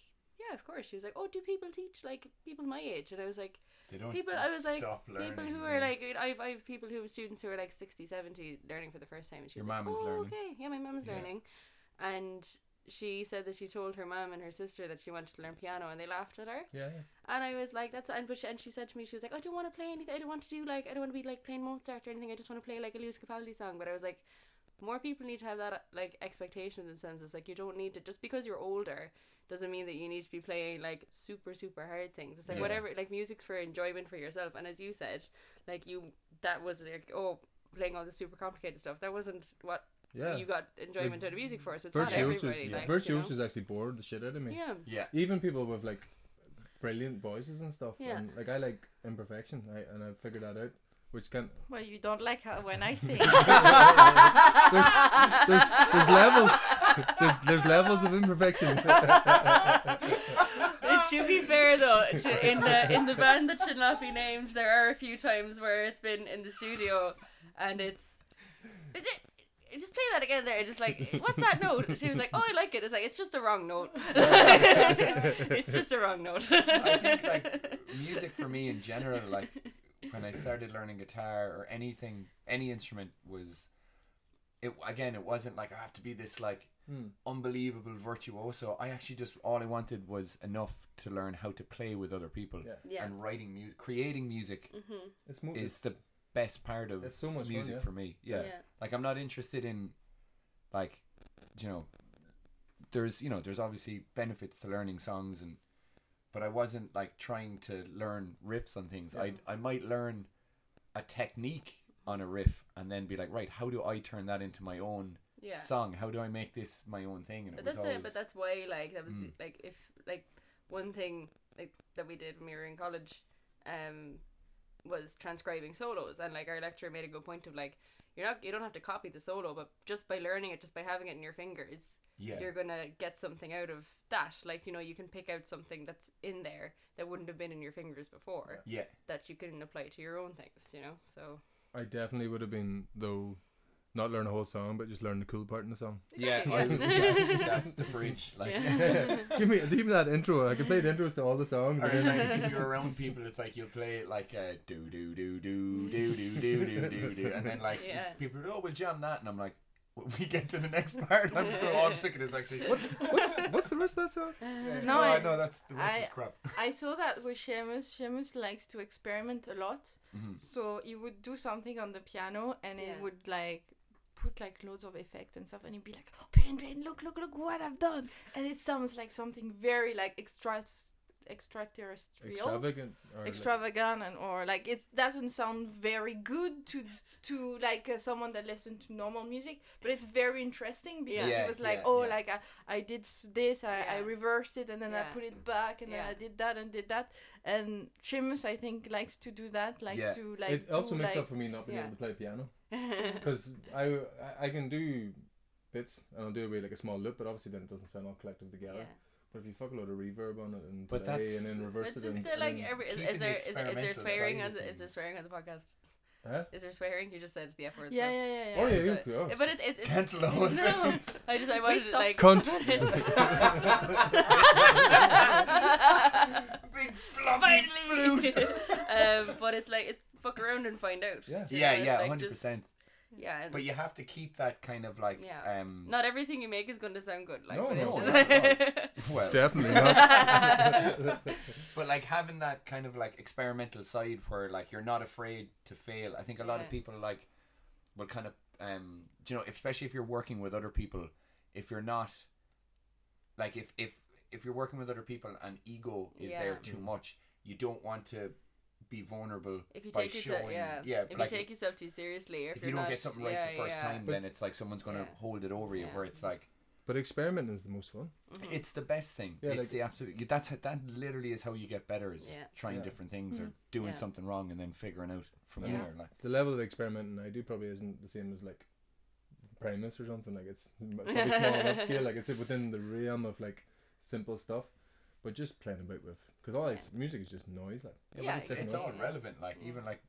[SPEAKER 4] Yeah, of course. She was like, "Oh, do people teach like people my age?" And I was like,
[SPEAKER 2] they don't
[SPEAKER 4] people i was like
[SPEAKER 2] stop learning.
[SPEAKER 4] people who
[SPEAKER 2] yeah.
[SPEAKER 4] are like i've i've people who students who are like 60 70 learning for the first time and she
[SPEAKER 2] Your
[SPEAKER 4] was like,
[SPEAKER 2] mum is
[SPEAKER 4] oh,
[SPEAKER 2] learning."
[SPEAKER 4] okay yeah my mum is
[SPEAKER 2] Yeah.
[SPEAKER 4] learning and she said that she told her mum and her sister that she wanted to learn piano and they laughed at her
[SPEAKER 1] yeah, yeah.
[SPEAKER 4] and i was like that's and, but she, and she said to me she was like i don't want to play anything i don't want to do like i don't want to be like playing mozart or anything i just want to play like a lewis capaldi song but i was like more people need to have that like expectation of themselves it's like you don't need to just because you're older doesn't mean that you need to be playing like super super hard things it's like
[SPEAKER 2] Yeah.
[SPEAKER 4] whatever like music for enjoyment for yourself and as you said like you that was like oh playing all the super complicated stuff that wasn't what
[SPEAKER 1] Yeah.
[SPEAKER 4] you got enjoyment out of music for so it's not
[SPEAKER 1] Virtuosos,
[SPEAKER 4] everybody
[SPEAKER 2] yeah.
[SPEAKER 4] like,
[SPEAKER 1] Virtuosos
[SPEAKER 4] you
[SPEAKER 1] actually bored the shit out of
[SPEAKER 4] know?
[SPEAKER 1] me.
[SPEAKER 4] yeah
[SPEAKER 2] yeah,
[SPEAKER 1] Even people with like brilliant voices and stuff.
[SPEAKER 4] Yeah.
[SPEAKER 1] And, like I like imperfection, I, and I figured that out. Which can
[SPEAKER 3] Well, you don't like her when I sing.
[SPEAKER 1] there's, there's there's levels there's there's levels of imperfection. Hmm.
[SPEAKER 4] Uh, to be fair though, it should- in the in the band that should not be named, there are a few times where it's been in the studio, and it's. It, it- just play that again there. It's just like, what's that note? She was like, oh, I like it. It's like, it's just the wrong note. it's just the wrong note.
[SPEAKER 2] I think like music for me in general, like when I started learning guitar or anything, any instrument was, it again, it wasn't like I have to be this like
[SPEAKER 1] Hmm.
[SPEAKER 2] unbelievable virtuoso. I actually just all I wanted was enough to learn how to play with other people
[SPEAKER 1] Yeah.
[SPEAKER 4] Yeah.
[SPEAKER 2] and writing music, creating music
[SPEAKER 1] It's mo-
[SPEAKER 2] is the best part of
[SPEAKER 1] It's so much fun,
[SPEAKER 2] music
[SPEAKER 1] yeah.
[SPEAKER 2] for me. Yeah. Like I'm not interested in like you know there's you know, there's obviously benefits to learning songs and but I wasn't like trying to learn riffs on things. I I might learn a technique on a riff and then be like, right, how do I turn that into my own
[SPEAKER 4] yeah.
[SPEAKER 2] song? How do I make this my own thing? And
[SPEAKER 4] But
[SPEAKER 2] it was
[SPEAKER 4] that's
[SPEAKER 2] always
[SPEAKER 4] it. But that's why, like, that was
[SPEAKER 2] Mm.
[SPEAKER 4] like if like one thing like that we did when we were in college, um, was transcribing solos, and like our lecturer made a good point of like you're not you don't have to copy the solo, but just by learning it, just by having it in your fingers,
[SPEAKER 2] yeah.
[SPEAKER 4] you're gonna get something out of that. Like you know, you can pick out something that's in there that wouldn't have been in your fingers before
[SPEAKER 2] Yeah.
[SPEAKER 4] that you can apply to your own things. You know, so
[SPEAKER 1] I definitely would have been though, not learn a whole song, but just learn the cool part in the song.
[SPEAKER 2] Yeah,
[SPEAKER 4] Exactly,
[SPEAKER 2] I
[SPEAKER 4] yeah.
[SPEAKER 2] was yeah, that, the bridge. Like,
[SPEAKER 4] Yeah.
[SPEAKER 1] give me give me that intro. I can play the intros to all the songs.
[SPEAKER 2] Or it's like if you're around people, it's like you'll play it like uh, do do do do do do do do do do, and then like
[SPEAKER 4] Yeah.
[SPEAKER 2] people are oh we'll jam that, and I'm like when we get to the next part, I'm so all I'm sick of this actually. What's
[SPEAKER 1] what's what's the rest of that song?
[SPEAKER 2] no,
[SPEAKER 3] No, I-
[SPEAKER 2] no, that's the rest
[SPEAKER 3] I-
[SPEAKER 2] is crap.
[SPEAKER 3] I saw that with Seamus. Seamus likes to experiment a lot.
[SPEAKER 2] Mhm.
[SPEAKER 3] So he would do something on the piano and
[SPEAKER 4] Yeah.
[SPEAKER 3] it would like put like loads of effects and stuff and he'd be like, oh, Pain, Pain, look, look, look what I've done. And it sounds like something very like extra extraterrestrial.
[SPEAKER 1] Extravagant. or like-
[SPEAKER 3] Extravagant and or like it doesn't sound very good to to like uh, someone that listens to normal music, but it's very interesting because
[SPEAKER 2] Yeah.
[SPEAKER 3] it was like
[SPEAKER 2] Yeah,
[SPEAKER 3] oh
[SPEAKER 2] yeah.
[SPEAKER 3] like I, I did s- this I, I
[SPEAKER 4] Yeah.
[SPEAKER 3] reversed it and then I
[SPEAKER 4] Yeah.
[SPEAKER 3] put it back and then
[SPEAKER 4] Yeah.
[SPEAKER 3] I did that and did that and Seamus I think likes to do that likes
[SPEAKER 2] Yeah.
[SPEAKER 3] to like
[SPEAKER 1] it also
[SPEAKER 3] do,
[SPEAKER 1] makes
[SPEAKER 3] like,
[SPEAKER 1] up for me not being
[SPEAKER 4] Yeah.
[SPEAKER 1] able to play piano because I, I I can do bits and I'll do it with like a small loop, but obviously then it doesn't sound all collective together.
[SPEAKER 4] yeah.
[SPEAKER 1] But if you fuck a load of reverb on it and
[SPEAKER 2] But
[SPEAKER 1] delay
[SPEAKER 2] that's-
[SPEAKER 1] and then
[SPEAKER 4] But
[SPEAKER 1] reverse it,
[SPEAKER 4] it's
[SPEAKER 1] and,
[SPEAKER 4] still like
[SPEAKER 1] and
[SPEAKER 4] every is,
[SPEAKER 2] keeping
[SPEAKER 4] is
[SPEAKER 2] the
[SPEAKER 4] there is, is there
[SPEAKER 2] experimental
[SPEAKER 4] swearing
[SPEAKER 2] side
[SPEAKER 4] on
[SPEAKER 2] of
[SPEAKER 4] the, is there
[SPEAKER 2] things.
[SPEAKER 4] swearing on the podcast?
[SPEAKER 1] Huh?
[SPEAKER 4] Is there swearing? You just said the F word.
[SPEAKER 3] yeah
[SPEAKER 4] so-
[SPEAKER 3] yeah yeah yeah
[SPEAKER 1] Oh, yeah,
[SPEAKER 4] so-
[SPEAKER 1] yeah, yeah.
[SPEAKER 4] But it's it's, it's
[SPEAKER 2] Cancel the whole thing.
[SPEAKER 4] No, I just I wanted to
[SPEAKER 3] stop.
[SPEAKER 4] like
[SPEAKER 1] Cunt.
[SPEAKER 2] Big floppy
[SPEAKER 4] Finally.
[SPEAKER 2] flute.
[SPEAKER 4] um, but it's like it's fuck around and find out.
[SPEAKER 1] Yeah.
[SPEAKER 4] Do you
[SPEAKER 2] Yeah,
[SPEAKER 4] know, it's
[SPEAKER 2] yeah,
[SPEAKER 4] like
[SPEAKER 2] hundred
[SPEAKER 4] just-
[SPEAKER 2] percent.
[SPEAKER 4] Yeah,
[SPEAKER 2] But you
[SPEAKER 4] it's-
[SPEAKER 2] have to keep that kind of like
[SPEAKER 4] Yeah.
[SPEAKER 2] um.
[SPEAKER 4] not everything you make is going to sound good. Like,
[SPEAKER 1] No,
[SPEAKER 4] but
[SPEAKER 1] no,
[SPEAKER 4] it's
[SPEAKER 1] not
[SPEAKER 4] just
[SPEAKER 2] well,
[SPEAKER 1] definitely not.
[SPEAKER 2] But like having that kind of like experimental side where like you're not afraid to fail. I think a lot of
[SPEAKER 4] Yeah.
[SPEAKER 2] people like will kind of um do you know, especially if you're working with other people, if you're not like if if if you're working with other people and ego is there
[SPEAKER 4] Yeah.
[SPEAKER 2] too much, you don't want to be vulnerable
[SPEAKER 4] if you
[SPEAKER 2] by
[SPEAKER 4] take
[SPEAKER 2] showing
[SPEAKER 4] yourself, yeah, if
[SPEAKER 2] like
[SPEAKER 4] you take yourself too seriously, or
[SPEAKER 2] if,
[SPEAKER 4] if,
[SPEAKER 2] you
[SPEAKER 4] you're
[SPEAKER 2] don't
[SPEAKER 4] not,
[SPEAKER 2] get something right
[SPEAKER 4] yeah,
[SPEAKER 2] the first
[SPEAKER 4] yeah.
[SPEAKER 2] time, then it's like someone's gonna
[SPEAKER 4] Yeah.
[SPEAKER 2] hold it over you.
[SPEAKER 4] Yeah.
[SPEAKER 2] Where it's like
[SPEAKER 1] but experimenting is the most fun.
[SPEAKER 4] Mhm.
[SPEAKER 2] it's the best thing.
[SPEAKER 1] Yeah,
[SPEAKER 2] it's
[SPEAKER 1] like-
[SPEAKER 2] the absolute. That's how, that literally is how you get better. Is just
[SPEAKER 4] Yeah.
[SPEAKER 2] trying
[SPEAKER 1] Yeah.
[SPEAKER 2] different things or
[SPEAKER 3] Mhm.
[SPEAKER 2] doing
[SPEAKER 4] Yeah.
[SPEAKER 2] something wrong and then figuring out from
[SPEAKER 4] Yeah.
[SPEAKER 2] there. Like
[SPEAKER 1] The level of experimenting I do probably isn't the same as like Primus or something. Like it's m- probably small enough scale. Like it's within the realm of like simple stuff, but just playing about with because all
[SPEAKER 4] Yeah.
[SPEAKER 1] it's, music is just noise. Like
[SPEAKER 2] Yeah,
[SPEAKER 4] Yeah,
[SPEAKER 2] but it's, it's
[SPEAKER 1] exactly.
[SPEAKER 2] all relevant. Like
[SPEAKER 4] Yeah.
[SPEAKER 2] even like,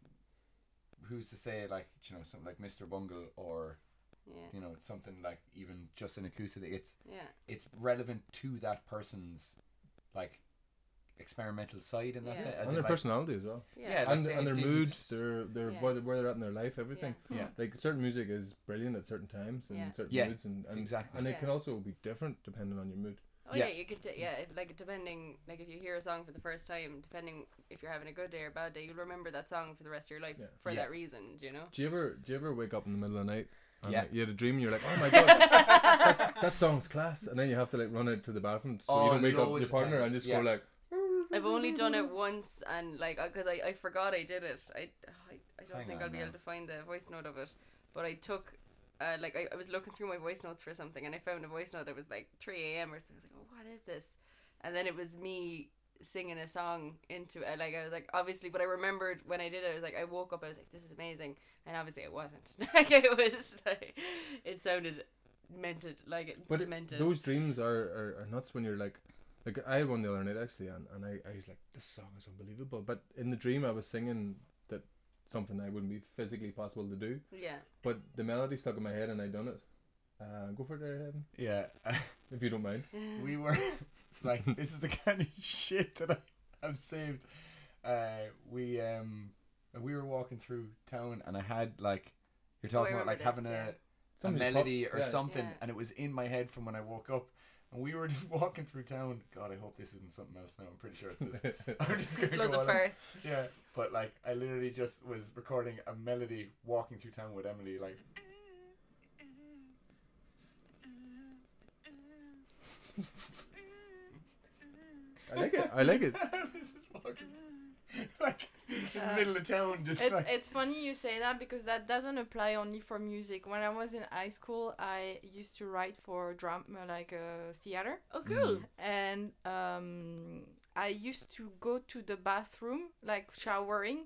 [SPEAKER 2] who's to say like you know something like Mr. Bungle or
[SPEAKER 4] yeah,
[SPEAKER 2] you know something like even just an acoustic. It's
[SPEAKER 4] yeah.
[SPEAKER 2] it's relevant to that person's like experimental side, and that's
[SPEAKER 4] Yeah.
[SPEAKER 2] it. As
[SPEAKER 1] and
[SPEAKER 2] in,
[SPEAKER 1] their
[SPEAKER 2] like,
[SPEAKER 1] personality as well,
[SPEAKER 2] Yeah, like
[SPEAKER 1] and,
[SPEAKER 2] they
[SPEAKER 1] and their
[SPEAKER 2] didn't-
[SPEAKER 1] mood, their their
[SPEAKER 4] Yeah.
[SPEAKER 1] where, they're, where they're at in their life, everything.
[SPEAKER 2] Yeah.
[SPEAKER 1] Like certain music is brilliant at certain times and
[SPEAKER 4] Yeah.
[SPEAKER 1] certain
[SPEAKER 2] Yeah,
[SPEAKER 1] moods, and, and
[SPEAKER 2] exactly.
[SPEAKER 1] and it
[SPEAKER 4] Yeah.
[SPEAKER 1] can also be different depending on your mood.
[SPEAKER 4] Oh
[SPEAKER 2] Yeah.
[SPEAKER 4] yeah, you could. T- yeah, if, like depending, like if you hear a song for the first time, depending if you're having a good day or a bad day, you'll remember that song for the rest of your life
[SPEAKER 1] Yeah.
[SPEAKER 4] for
[SPEAKER 2] Yeah.
[SPEAKER 4] that reason. Do you know?
[SPEAKER 1] Do you ever do you ever wake up in the middle of the night? And
[SPEAKER 2] Yeah.
[SPEAKER 1] like, you had a dream. and You're like, oh my god, that, that song's class, and then you have to like run out to the bathroom so
[SPEAKER 2] Oh,
[SPEAKER 1] you don't wake up
[SPEAKER 2] loads
[SPEAKER 1] your
[SPEAKER 2] of
[SPEAKER 1] partner
[SPEAKER 2] times,
[SPEAKER 1] and just
[SPEAKER 2] yeah.
[SPEAKER 1] go like,
[SPEAKER 4] I've only done it once, and like because I, I forgot I did it. I oh, I, I don't
[SPEAKER 2] Hang
[SPEAKER 4] think
[SPEAKER 2] on
[SPEAKER 4] I'll be
[SPEAKER 2] now.
[SPEAKER 4] able to find the voice note of it, but I took. Uh, like I, I was looking through my voice notes for something and I found a voice note that was like 3 a.m. or something. I was like, oh, what is this? And then it was me singing a song into it. Like I was like, obviously, but I remembered when I did it. I was like, I woke up. I was like, this is amazing, and obviously it wasn't. like it was like, it sounded mented, like it
[SPEAKER 1] But
[SPEAKER 4] demented.
[SPEAKER 1] those dreams are, are, are nuts when you're like, like I had one the other night actually, and, and I, I was like, this song is unbelievable. But in the dream, I was singing that something I wouldn't be physically possible to do,
[SPEAKER 4] yeah,
[SPEAKER 1] but the melody stuck in my head and I done it. Uh, go for it, there, Evan,
[SPEAKER 2] Yeah,
[SPEAKER 1] if you don't mind.
[SPEAKER 2] we were like this is the kind of shit that I, I'm saved. Uh, we um we were walking through town and I had like you're
[SPEAKER 4] Oh, I
[SPEAKER 2] talking about
[SPEAKER 4] remember
[SPEAKER 2] like
[SPEAKER 4] this,
[SPEAKER 2] having a,
[SPEAKER 4] yeah.
[SPEAKER 2] a
[SPEAKER 1] Something just
[SPEAKER 2] melody
[SPEAKER 1] popped-
[SPEAKER 2] or
[SPEAKER 1] yeah.
[SPEAKER 2] something
[SPEAKER 4] Yeah.
[SPEAKER 2] and it was in my head from when I woke up And we were just walking through town. God, I hope this isn't something else now. I'm pretty sure it's this. I'm just gonna
[SPEAKER 4] Loads
[SPEAKER 2] go
[SPEAKER 4] of
[SPEAKER 2] on.
[SPEAKER 4] fur.
[SPEAKER 2] Yeah, but like I literally just was recording a melody walking through town with Emily. Like
[SPEAKER 1] I like it. I like it.
[SPEAKER 2] I was just walking, like in the middle of town, just
[SPEAKER 3] It's,
[SPEAKER 2] like
[SPEAKER 3] it's funny you say that because that doesn't apply only for music. When I was in high school, I used to write for drama, like uh, theater.
[SPEAKER 4] Oh, cool.
[SPEAKER 3] and um, I used to go to the bathroom, like showering,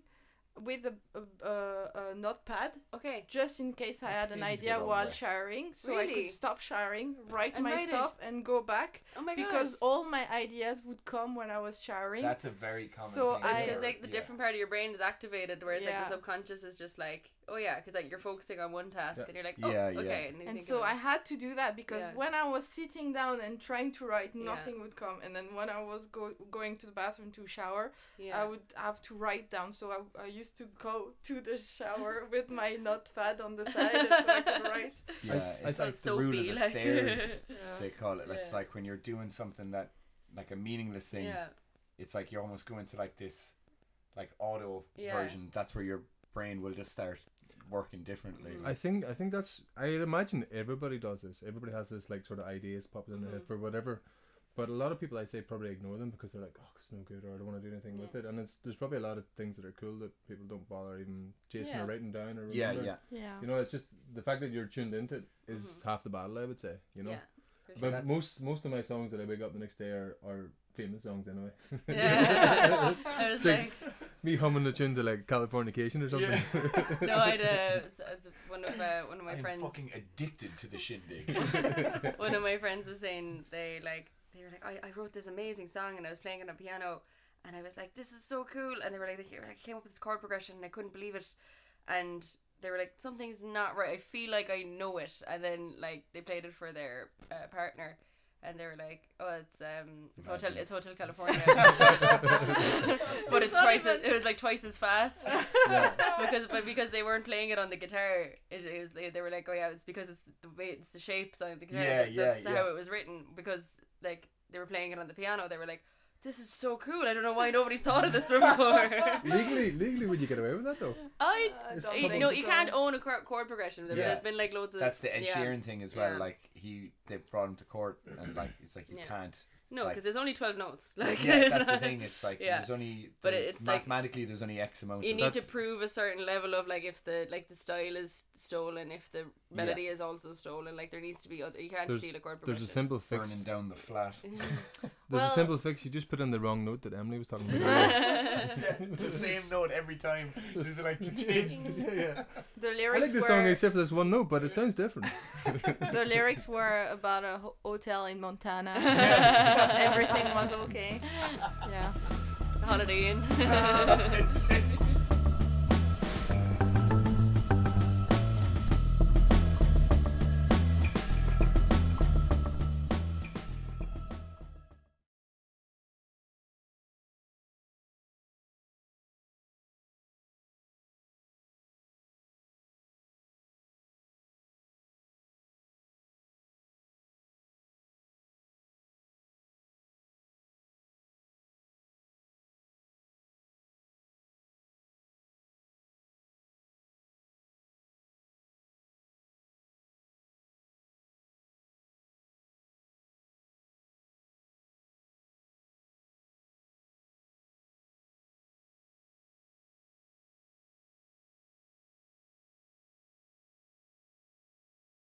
[SPEAKER 3] with a, a, a, a notepad,
[SPEAKER 4] Okay.
[SPEAKER 3] just in case I had an
[SPEAKER 2] Please
[SPEAKER 3] idea
[SPEAKER 2] get on
[SPEAKER 3] while
[SPEAKER 2] with it.
[SPEAKER 3] showering, so I
[SPEAKER 4] Really?
[SPEAKER 3] could stop showering, write
[SPEAKER 4] And
[SPEAKER 3] my
[SPEAKER 4] write it.
[SPEAKER 3] stuff, and go back
[SPEAKER 4] Oh my god.
[SPEAKER 3] because all my ideas would come when I was showering.
[SPEAKER 2] that's a very common.
[SPEAKER 3] So
[SPEAKER 2] thing
[SPEAKER 3] I-
[SPEAKER 4] because
[SPEAKER 2] for-
[SPEAKER 4] like the
[SPEAKER 2] yeah.
[SPEAKER 4] different part of your brain is activated, where it's like
[SPEAKER 3] Yeah.
[SPEAKER 4] the subconscious is just like, oh yeah, because like you're focusing on one task
[SPEAKER 1] Yeah.
[SPEAKER 4] and you're like, oh
[SPEAKER 2] Yeah, yeah.
[SPEAKER 4] okay, and, you
[SPEAKER 3] and
[SPEAKER 4] think
[SPEAKER 3] so
[SPEAKER 4] of
[SPEAKER 3] I
[SPEAKER 4] it.
[SPEAKER 3] had to do that because
[SPEAKER 4] Yeah.
[SPEAKER 3] when I was sitting down and trying to write,
[SPEAKER 4] Yeah.
[SPEAKER 3] nothing would come. And then when I was go- going to the bathroom to shower,
[SPEAKER 4] yeah.
[SPEAKER 3] I would have to write down. So I, I used to go to the shower with my notepad on the side and so I could write.
[SPEAKER 2] Yeah,
[SPEAKER 1] I-
[SPEAKER 2] it's
[SPEAKER 1] I-
[SPEAKER 2] like the
[SPEAKER 4] Sounds
[SPEAKER 2] rule of
[SPEAKER 4] soapy,
[SPEAKER 2] the
[SPEAKER 4] like-
[SPEAKER 2] stairs.
[SPEAKER 3] Yeah.
[SPEAKER 2] They call it. It's
[SPEAKER 4] Yeah.
[SPEAKER 2] like when you're doing something that, like a meaningless thing.
[SPEAKER 4] yeah.
[SPEAKER 2] It's like you almost go into like this, like auto
[SPEAKER 4] Yeah.
[SPEAKER 2] version. That's where your brain will just start working differently.
[SPEAKER 4] Mhm.
[SPEAKER 1] I think I think that's I imagine everybody does this. Everybody has this like sort of ideas popping in their head
[SPEAKER 4] Mhm.
[SPEAKER 1] for whatever. But a lot of people I say probably ignore them because they're like, oh, it's no good, or I don't want to do anything with
[SPEAKER 3] Yeah.
[SPEAKER 1] it. And it's there's probably a lot of things that are cool that people don't bother even chasing
[SPEAKER 4] Yeah.
[SPEAKER 1] or writing down or
[SPEAKER 2] yeah,
[SPEAKER 1] remembering.
[SPEAKER 2] yeah.
[SPEAKER 3] Yeah.
[SPEAKER 1] You know, it's just the fact that you're tuned into it is
[SPEAKER 4] Mhm.
[SPEAKER 1] half the battle. I would say. You know.
[SPEAKER 4] Yeah. for sure.
[SPEAKER 1] But
[SPEAKER 2] That's-
[SPEAKER 1] most most of my songs that I wake up the next day are, are famous songs anyway.
[SPEAKER 4] Yeah. I was
[SPEAKER 1] Like,
[SPEAKER 4] like,
[SPEAKER 1] Me humming the tune to like Californication or something.
[SPEAKER 4] no, I had a, it's- it's one of uh, one of my
[SPEAKER 2] I'm
[SPEAKER 4] friends.
[SPEAKER 2] fucking addicted to the shindig.
[SPEAKER 4] one of my friends was saying they like they were like I, I wrote this amazing song and I was playing it on piano and I was like this is so cool and they were like they ca- I came up with this chord progression and I couldn't believe it and they were like something's not right I feel like I know it and then like they played it for their uh, partner and they were like oh it's um it's hotel
[SPEAKER 2] Imagine.
[SPEAKER 4] it's hotel California but it's
[SPEAKER 3] not
[SPEAKER 4] twice
[SPEAKER 3] even-
[SPEAKER 4] as- it was like twice as fast
[SPEAKER 1] yeah.
[SPEAKER 4] because but because they weren't playing it on the guitar, it, it was they, they were like, oh yeah, it's because it's the way it's the shapes on the guitar.
[SPEAKER 2] Yeah,
[SPEAKER 4] that-
[SPEAKER 2] yeah,
[SPEAKER 4] that's
[SPEAKER 2] yeah.
[SPEAKER 4] how it was written. Because like they were playing it on the piano, they were like, this is so cool. I don't know why nobody's thought of this before.
[SPEAKER 1] legally, legally, would you get away with that though?
[SPEAKER 4] I.
[SPEAKER 3] I
[SPEAKER 1] don't
[SPEAKER 4] You
[SPEAKER 1] think
[SPEAKER 4] know, you
[SPEAKER 3] so.
[SPEAKER 4] can't own a chor- chord progression. There,
[SPEAKER 2] Yeah.
[SPEAKER 4] has been like loads of
[SPEAKER 2] That's the Ed
[SPEAKER 4] yeah.
[SPEAKER 2] Sheeran thing as well.
[SPEAKER 4] Yeah.
[SPEAKER 2] Like he, they brought him to court, and like it's like you
[SPEAKER 4] Yeah.
[SPEAKER 2] can't.
[SPEAKER 4] No, because
[SPEAKER 2] like-
[SPEAKER 4] there's only twelve notes. Like
[SPEAKER 2] Yeah,
[SPEAKER 4] there's
[SPEAKER 2] that's the
[SPEAKER 4] not-
[SPEAKER 2] thing. It's like
[SPEAKER 4] Yeah.
[SPEAKER 2] there's only,
[SPEAKER 4] But
[SPEAKER 2] there's,
[SPEAKER 4] it's like-
[SPEAKER 2] mathematically there's only X amount.
[SPEAKER 4] You
[SPEAKER 2] of
[SPEAKER 4] need to
[SPEAKER 1] That's-
[SPEAKER 4] prove a certain level of like if the like the style is stolen, if the melody is also stolen. Like there needs to be other. You can't
[SPEAKER 1] There's-
[SPEAKER 4] steal a chord
[SPEAKER 1] There's a
[SPEAKER 4] progression.
[SPEAKER 1] simple fix.
[SPEAKER 2] burning down the flat.
[SPEAKER 1] There's a
[SPEAKER 3] Well-
[SPEAKER 1] simple fix. You just put in the wrong note that Emily was talking about.
[SPEAKER 4] yeah.
[SPEAKER 2] the same note every time. Just like to change.
[SPEAKER 1] yeah, yeah.
[SPEAKER 3] The
[SPEAKER 1] I
[SPEAKER 3] lyrics
[SPEAKER 1] like this
[SPEAKER 3] were
[SPEAKER 1] song except for this one note, but it sounds different.
[SPEAKER 3] the lyrics were about a ho- hotel in Montana. so Everything was okay. Yeah.
[SPEAKER 4] Holiday Inn.
[SPEAKER 2] the-